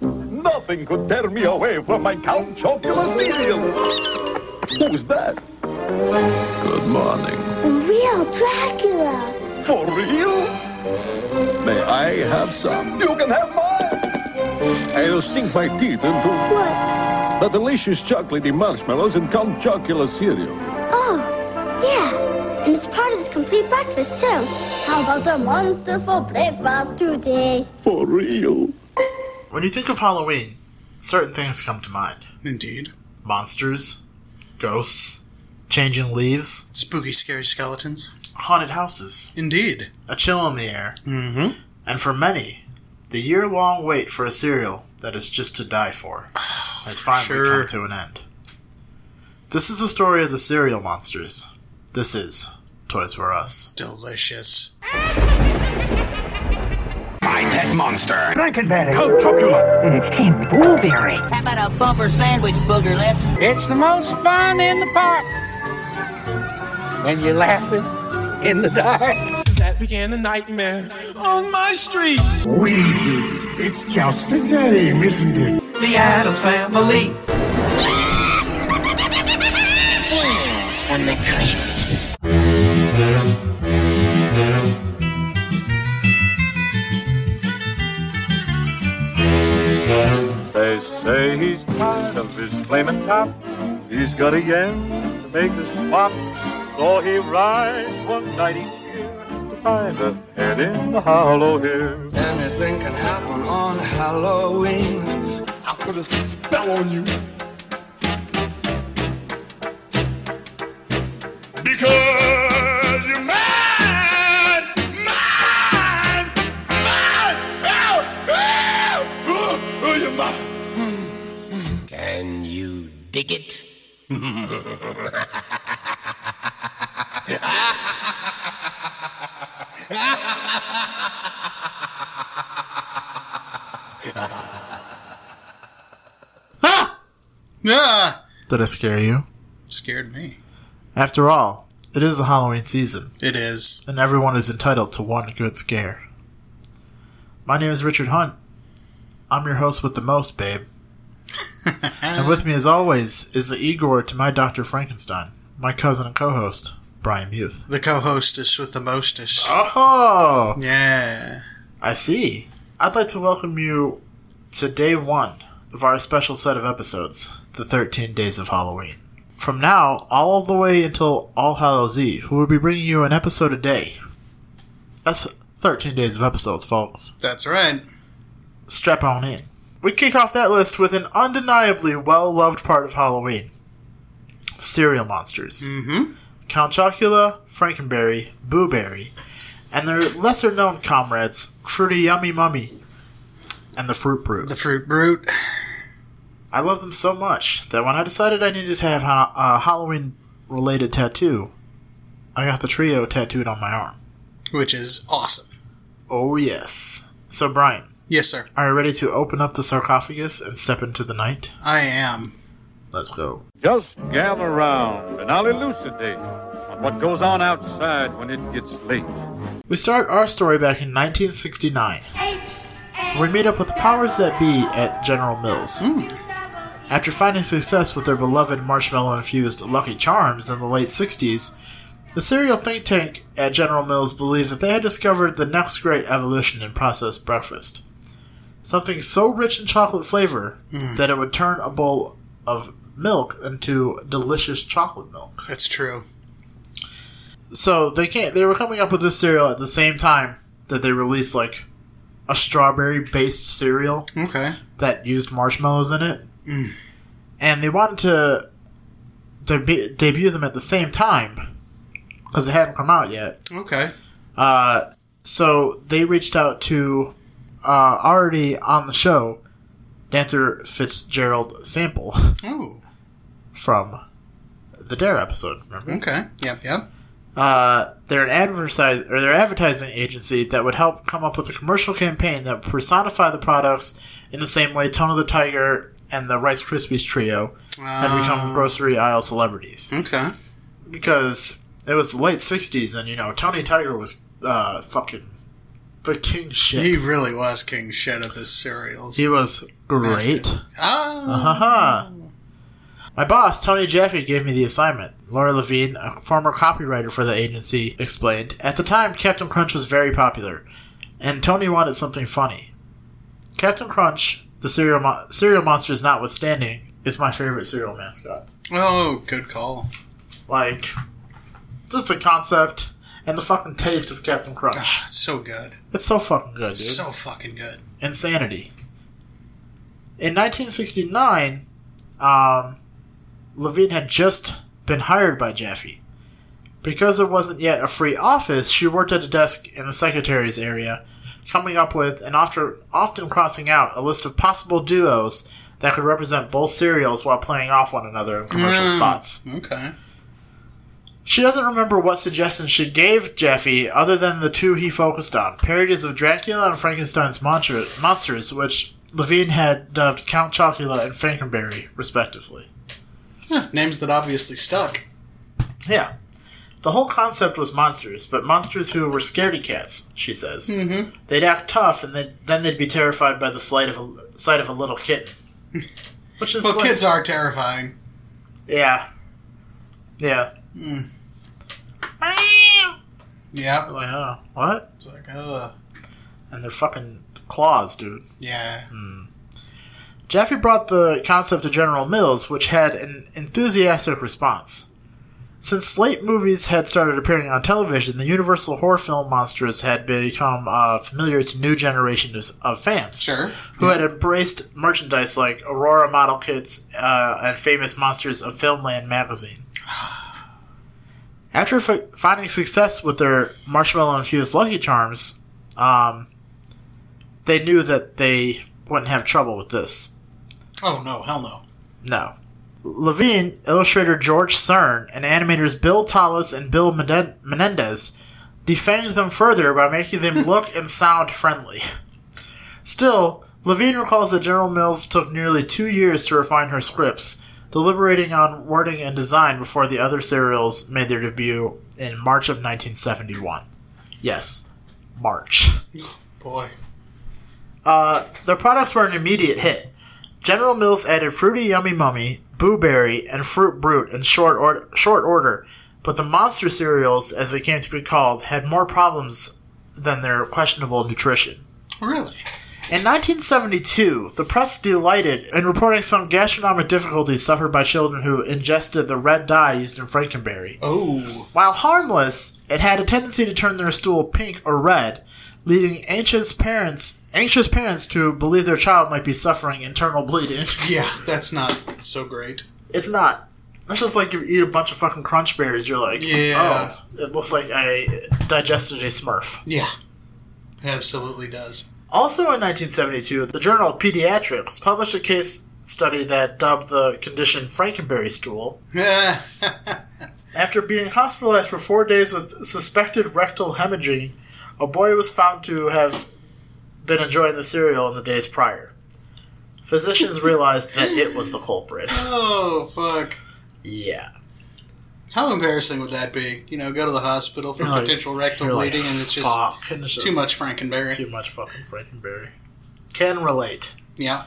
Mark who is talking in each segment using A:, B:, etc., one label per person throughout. A: Nothing could tear me away from my Count Chocula cereal. Who's that?
B: Good morning.
C: Real Dracula.
A: For real?
B: May I have some?
A: You can have mine.
B: I'll sink my teeth into
C: What?
B: the delicious chocolatey marshmallows and Count Chocula cereal.
C: Oh, yeah. And it's part of this complete breakfast, too. How about the monster for breakfast today?
A: For real.
D: When you think of Halloween, certain things come to mind
E: Indeed.
D: monsters, ghosts, changing leaves,
E: Spooky, scary skeletons.
D: haunted houses,
E: Indeed.
D: a chill in the air,
E: Mm-hmm.
D: and for many, the year long wait for a cereal that is just to die for has finally
E: sure.
D: come to an end. This is the story of the cereal monsters. This is Toys R Us.
E: Delicious.
F: and blueberry.
G: How about a bumper sandwich, Booger Lips?
H: It's the most fun in the park. When you're laughing in the dark.
I: That began the nightmare on my street.
H: The Adams Family.
B: They say he's tired of his flaming top. He's got a yen to make a swap. So he rides one night each year to find a head in the hollow here.
I: Anything can happen on Halloween. I'll put a spell on you. Because you're mine, mine, mine. Ow, ow, ooh, ooh, you're mine.
G: Can you dig it?
E: Ah!
D: Did I scare you?
E: Scared me.
D: After all, it is the Halloween season.
E: It is.
D: and everyone is entitled to one good scare. My name is Richard Hunt. I'm your host with the most, babe. and with me, as always, is the Igor to my Dr. Frankenstein, my cousin and co host, Brian Youth.
E: The co-hostess with the mostest.
D: Oh!
E: Yeah.
D: I see. I'd like to welcome you to day one of our special set of episodes, the 13 Days of Halloween. From now, all the way until All Hallows Eve, we will be bringing you an episode a day. That's 13 days of episodes, folks.
E: That's right.
D: strap on in. We kick off that list with an undeniably well loved part of Halloween cereal monsters.
E: Mm-hmm.
D: Count Chocula, Frankenberry, Boo Berry, and their lesser known comrades, Fruity Yummy Mummy and the Fruit Brute.
E: The fruit brute.
D: I love them so much that when I decided I needed to have ha- a Halloween related tattoo, I got the trio tattooed on my arm.
E: Which is awesome.
D: Oh, yes. So, Brian,
E: Yes, sir.
D: are you ready to open up the sarcophagus and step into the night?
E: I am.
D: Let's go.
B: Just gather round and I'll elucidate on what goes on outside when it gets late.
D: We start our story back in 1969. We meet up with the powers that be at General Mills. After finding success with their beloved marshmallow infused Lucky Charms in the late 60s, the cereal think tank at General Mills believed that they had discovered the next great evolution in processed breakfast. Something so rich in chocolate flavor that it would turn a bowl of milk into delicious chocolate milk.
E: That's true.
D: So they can't. They were coming up with this cereal at the same time that they released like a strawberry-based cereal
E: Okay.
D: that used marshmallows in it, and they wanted to deb- debut them at the same time because it hadn't come out yet.
E: Okay.
D: Uh, so they reached out to uh, already on the show dancer Fitzgerald Sample
E: Oh.
D: from the Dare episode. Remember?
E: Okay. Yep. Yep.
D: uh, they're an advertise or their advertising agency that would help come up with a commercial campaign that would personify the products in the same way Tone of the Tiger and the Rice Krispies trio had become grocery aisle celebrities
E: Okay.
D: because it was the late '60s and you know Tony Tiger was uh, fucking the king shit.
E: He really was king shit of the cereals.
D: He was Great.
E: Ah,
D: Haha. My boss, Tony Jaffe, gave me the assignment. Laura Levine, a former copywriter for the agency, explained. At the time, Captain Crunch was very popular, and Tony wanted something funny. Captain Crunch, the cereal, mo- cereal monsters notwithstanding, is my favorite cereal mascot.
E: oh, good call.
D: Like, just the concept and the fucking taste of Captain Crunch.
E: It's so good.
D: It's so fucking good, dude.
E: So fucking good.
D: insanity. In 1969, um, Levine had just been hired by Jaffe. Because there wasn't yet a free office, she worked at a desk in the secretary's area, coming up with and after, often crossing out a list of possible duos that could represent both serials while playing off one another in commercial
E: Mm.
D: spots.
E: Okay.
D: She doesn't remember what suggestions she gave Jeffy other than the two he focused on parodies of Dracula and Frankenstein's monster- monsters, which Levine had dubbed Count Chocula and Frankenberry, respectively.
E: Huh, names that obviously stuck.
D: Yeah. The whole concept was monsters, but monsters who were scaredy cats, she says. Mm-hmm. They'd act tough, and they'd, then they'd be terrified by the sight of a, sight of a little kitten. Which is
E: Well,
D: like-
E: kids are terrifying.
D: Yeah. Yeah.
E: Yeah.
D: Like, oh, what?
E: It's like, uh,
D: And they're fucking claws, dude.
E: yeah.
D: Hmm. Jaffe brought the concept to General Mills, which had an enthusiastic response. Since slate movies had started appearing on television, the Universal horror film monsters had become uh, familiar to new generations of fans,
E: Sure.
D: who had embraced merchandise like Aurora model kits uh, and famous monsters of Filmland magazine. After fi- finding success with their marshmallow infused Lucky Charms, um, they knew that they wouldn't have trouble with this.
E: Oh, no. Hell no.
D: No. Levine, illustrator George Cern, and animators Bill Tallis and Bill Menen- Menendez defanged them further by making them look and sound friendly. Still, Levine recalls that General Mills took nearly two years to refine her scripts, deliberating on wording and design before the other serials made their debut in March of 1971. Yes, March.
E: Boy.
D: Uh, their products were an immediate hit. General Mills added Fruity Yummy Mummy, Boo Berry, and Fruit Brute in short, or- short order, but the monster cereals, as they came to be called, had more problems than their questionable nutrition.
E: Really?
D: In 1972, the press delighted in reporting some gastronomic difficulties suffered by children who ingested the red dye used in Frankenberry.
E: Oh.
D: While harmless, it had a tendency to turn their stool pink or red, leading anxious parents anxious parents to believe their child might be suffering internal bleeding.
E: Yeah, that's not so great.
D: It's not. It's just like you eat a bunch of fucking crunch berries, you're like,
E: Yeah.
D: oh, it looks like I digested a smurf.
E: Yeah. It absolutely does.
D: Also in 1972, the journal Pediatrics published a case study that dubbed the condition Frankenberry stool,
E: Eh,
D: After being hospitalized for four days with suspected rectal hemorrhaging, a boy was found to have been enjoying the cereal in the days prior. Physicians realized that it was the culprit.
E: oh, fuck.
D: Yeah.
E: How embarrassing would that be? You know, go to the hospital for
D: You're like-
E: potential rectal
D: You're like,
E: bleeding and it's just
D: "Fuck," and it's
E: too
D: just
E: much Frankenberry.
D: Too much fucking Frankenberry. Can relate.
E: Yeah.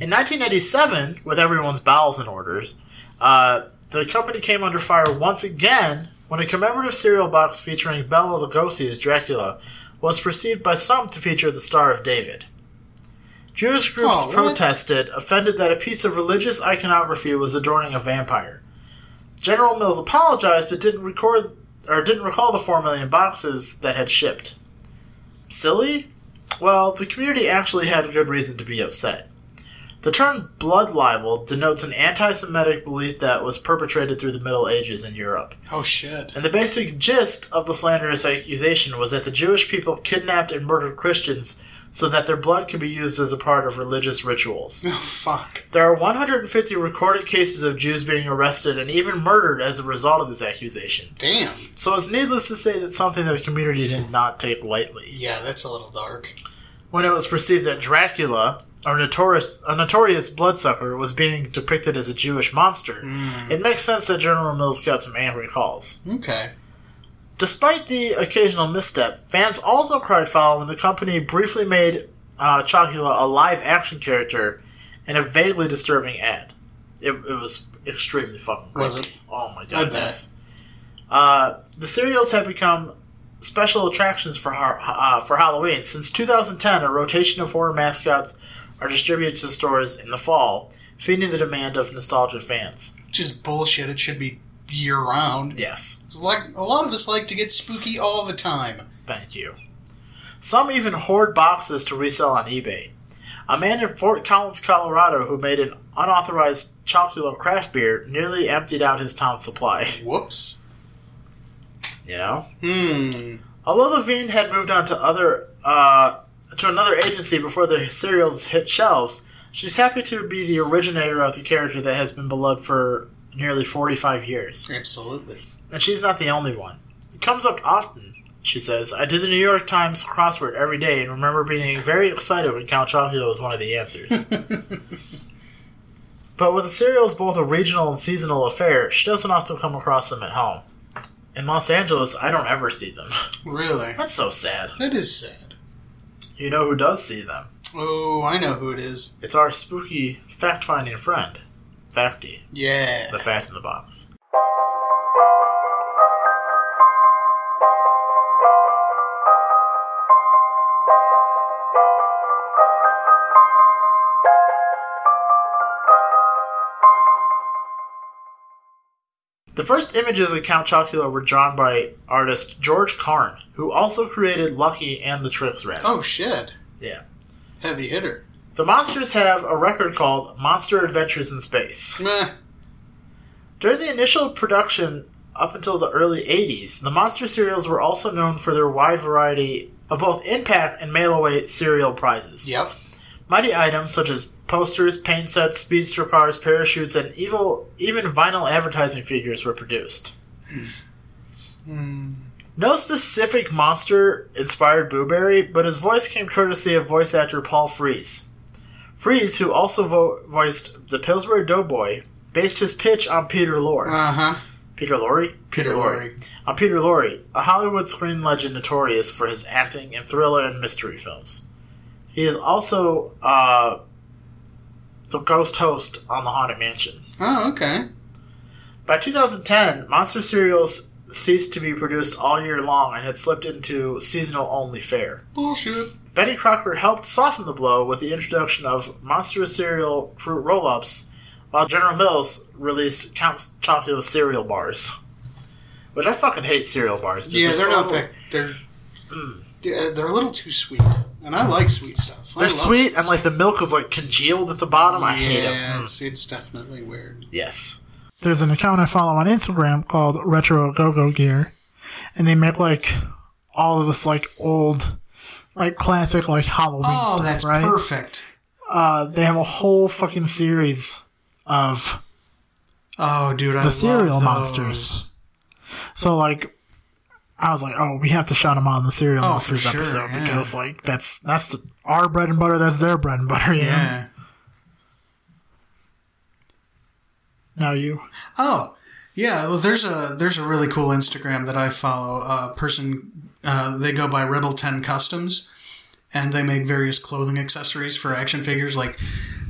D: In 1987, with everyone's bowels in order, uh, the company came under fire once again when a commemorative cereal box featuring Bela Lugosi as Dracula was perceived by some to feature the Star of David. Jewish groups
E: Oh, what?
D: protested, offended that a piece of religious iconography was adorning a vampire. General Mills apologized, but didn't record or didn't recall the four million boxes that had shipped. Silly? Well, the community actually had good reason to be upset. The term blood libel denotes an anti Semitic belief that was perpetrated through the Middle Ages in Europe.
E: Oh, shit.
D: And the basic gist of the slanderous accusation was that the Jewish people kidnapped and murdered Christians so that their blood could be used as a part of religious rituals.
E: Oh, fuck.
D: There are 150 recorded cases of Jews being arrested and even murdered as a result of this accusation.
E: Damn.
D: So it's needless to say that something that the community did not take lightly.
E: Yeah, that's a little dark.
D: When it was perceived that Dracula, a notorious, a notorious bloodsucker, was being depicted as a Jewish monster, it makes sense that General Mills got some angry calls.
E: Okay.
D: Despite the occasional misstep, fans also cried foul when the company briefly made uh, Chocula a live action character and a vaguely disturbing ad. It, it was extremely fucking creepy.
E: Was it?
D: Oh my
E: I
D: god!
E: bet.
D: yes. Uh, the cereals have become special attractions for har- uh, for Halloween. Since 2010, a rotation of horror mascots are distributed to stores in the fall, feeding the demand of nostalgia fans.
E: Which is bullshit. It should be year round.
D: Yes.
E: 'Cause Like a lot of us like to get spooky all the time.
D: Thank you. Some even hoard boxes to resell on eBay. A man in Fort Collins, Colorado, who made an unauthorized chocolate craft beer nearly emptied out his town's supply.
E: Whoops.
D: You know?
E: Hmm.
D: Although Levine had moved on to other uh, to another agency before the cereals hit shelves, she's happy to be the originator of the character that has been beloved for nearly 45 years.
E: Absolutely.
D: And she's not the only one. It comes up often, she says. I do the New York Times crossword every day and remember being very excited when Count Chocula was one of the answers. but with the cereals both a regional and seasonal affair, she doesn't often come across them at home. In Los Angeles, I don't ever see them.
E: Really.
D: That's so sad.
E: That is sad.
D: You know who does see them?
E: Oh, I know who it is.
D: It's our spooky fact finding friend, Facty,
E: Yeah.
D: the Fact in the Box. The first images of Count Chocula were drawn by artist George Karn, who also created Lucky and the Tricks Rat.
E: Oh shit.
D: Yeah.
E: Heavy hitter.
D: The monsters have a record called Monster Adventures in Space.
E: Meh.
D: During the initial production up until the early 80s, the monster cereals were also known for their wide variety of both impact and mail away cereal prizes.
E: Yep.
D: Mighty items such as posters, paint sets, speedster cars, parachutes, and evil, even vinyl advertising figures were produced. No specific monster inspired Booberry, but his voice came courtesy of voice actor Paul Frees. Frees, who also vo- voiced the Pillsbury Doughboy, based his pitch on Peter Lorre.
E: Uh huh.
D: Peter Lorre?
E: Peter Lorre.
D: On Peter Lorre, a Hollywood screen legend notorious for his acting in thriller and mystery films. He is also uh, the ghost host on The Haunted Mansion.
E: Oh, okay.
D: By 2010, Monster Cereals ceased to be produced all year long and had slipped into seasonal only fare.
E: Bullshit.
D: Betty Crocker helped soften the blow with the introduction of Monster Cereal Fruit Roll Ups, while General Mills released Count Chocula cereal bars. Which I fucking hate cereal bars.
E: yeah,
D: just
E: they're
D: so-
E: not that. They're hmm, Yeah, they're a little too sweet, and I like sweet stuff. I
D: They're
E: love
D: sweet, and like the milk is like congealed at the bottom. I hate
E: yeah,
D: them. Mm.
E: it's, it's definitely weird.
D: Yes. There's an account I follow on Instagram called Retro Go Go Gear, and they make like all of this like old, like classic like Halloween
E: Oh,
D: stuff,
E: that's
D: right?
E: perfect.
D: Uh, they have a whole fucking series of
E: Oh, dude, I
D: the
E: love
D: cereal
E: those.
D: monsters. So like, I was like, oh, we have to shout them out in the cereal
E: Oh, for
D: monsters
E: sure,
D: episode
E: yeah.
D: because like that's that's the, our bread and butter. That's their bread and butter. You Know?
E: Yeah.
D: Now you.
E: Oh, yeah. Well, there's a there's a really cool Instagram that I follow. A person uh, they go by Rebel Ten Customs, and they make various clothing accessories for action figures, like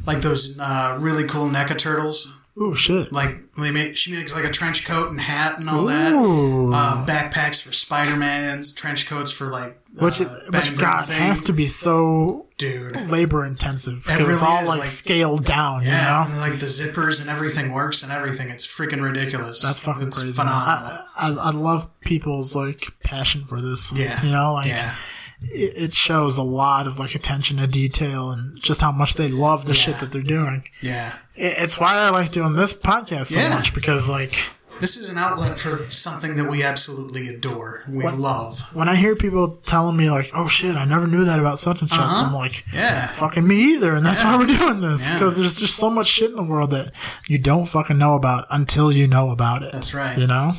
E: like those uh, really cool NECA turtles.
D: Oh shit.
E: Like they make, she makes like a trench coat and hat and all that.
D: Ooh.
E: Uh, backpacks for Spider Man's, trench coats for like
D: which
E: uh,
D: is,
E: Bang
D: which
E: Bang
D: God
E: Thing.
D: has to be so
E: dude.
D: labor intensive because
E: It
D: it's
E: really
D: all
E: is,
D: like,
E: like-
D: scaled down.
E: Yeah,
D: You
E: and,
D: know,
E: like the zippers and everything works and everything. It's freaking ridiculous.
D: that's fucking
E: it's
D: crazy.
E: phenomenal.
D: I, I I love people's like passion for this.
E: yeah,
D: you know, like
E: yeah,
D: it, it shows a lot of like attention to detail and just how much they love the shit
E: Yeah.
D: that they're doing.
E: yeah.
D: It, it's why I like doing this podcast so
E: Yeah.
D: much because like
E: This is an outlet for something that we absolutely adore. We love.
D: when I hear people telling me like, "Oh shit, I never knew that about such and such,"
E: Uh-huh.
D: I'm like,
E: Yeah,
D: fucking me either, and that's
E: Yeah.
D: why we're doing this
E: Yeah.
D: because there's just so much shit in the world that you don't fucking know about until you know about it.
E: That's right.
D: You know?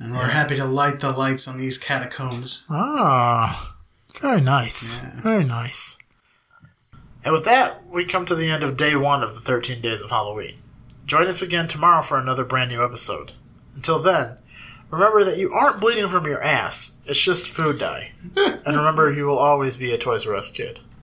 E: and we're happy to light the lights on these catacombs.
D: Ah, very nice. Very nice. And with that, we come to the end of day one of the 13 days of Halloween. Join us again tomorrow for another brand new episode. Until then, remember that you aren't bleeding from your ass, it's just food dye. and remember, you will always be a Toys R Us kid.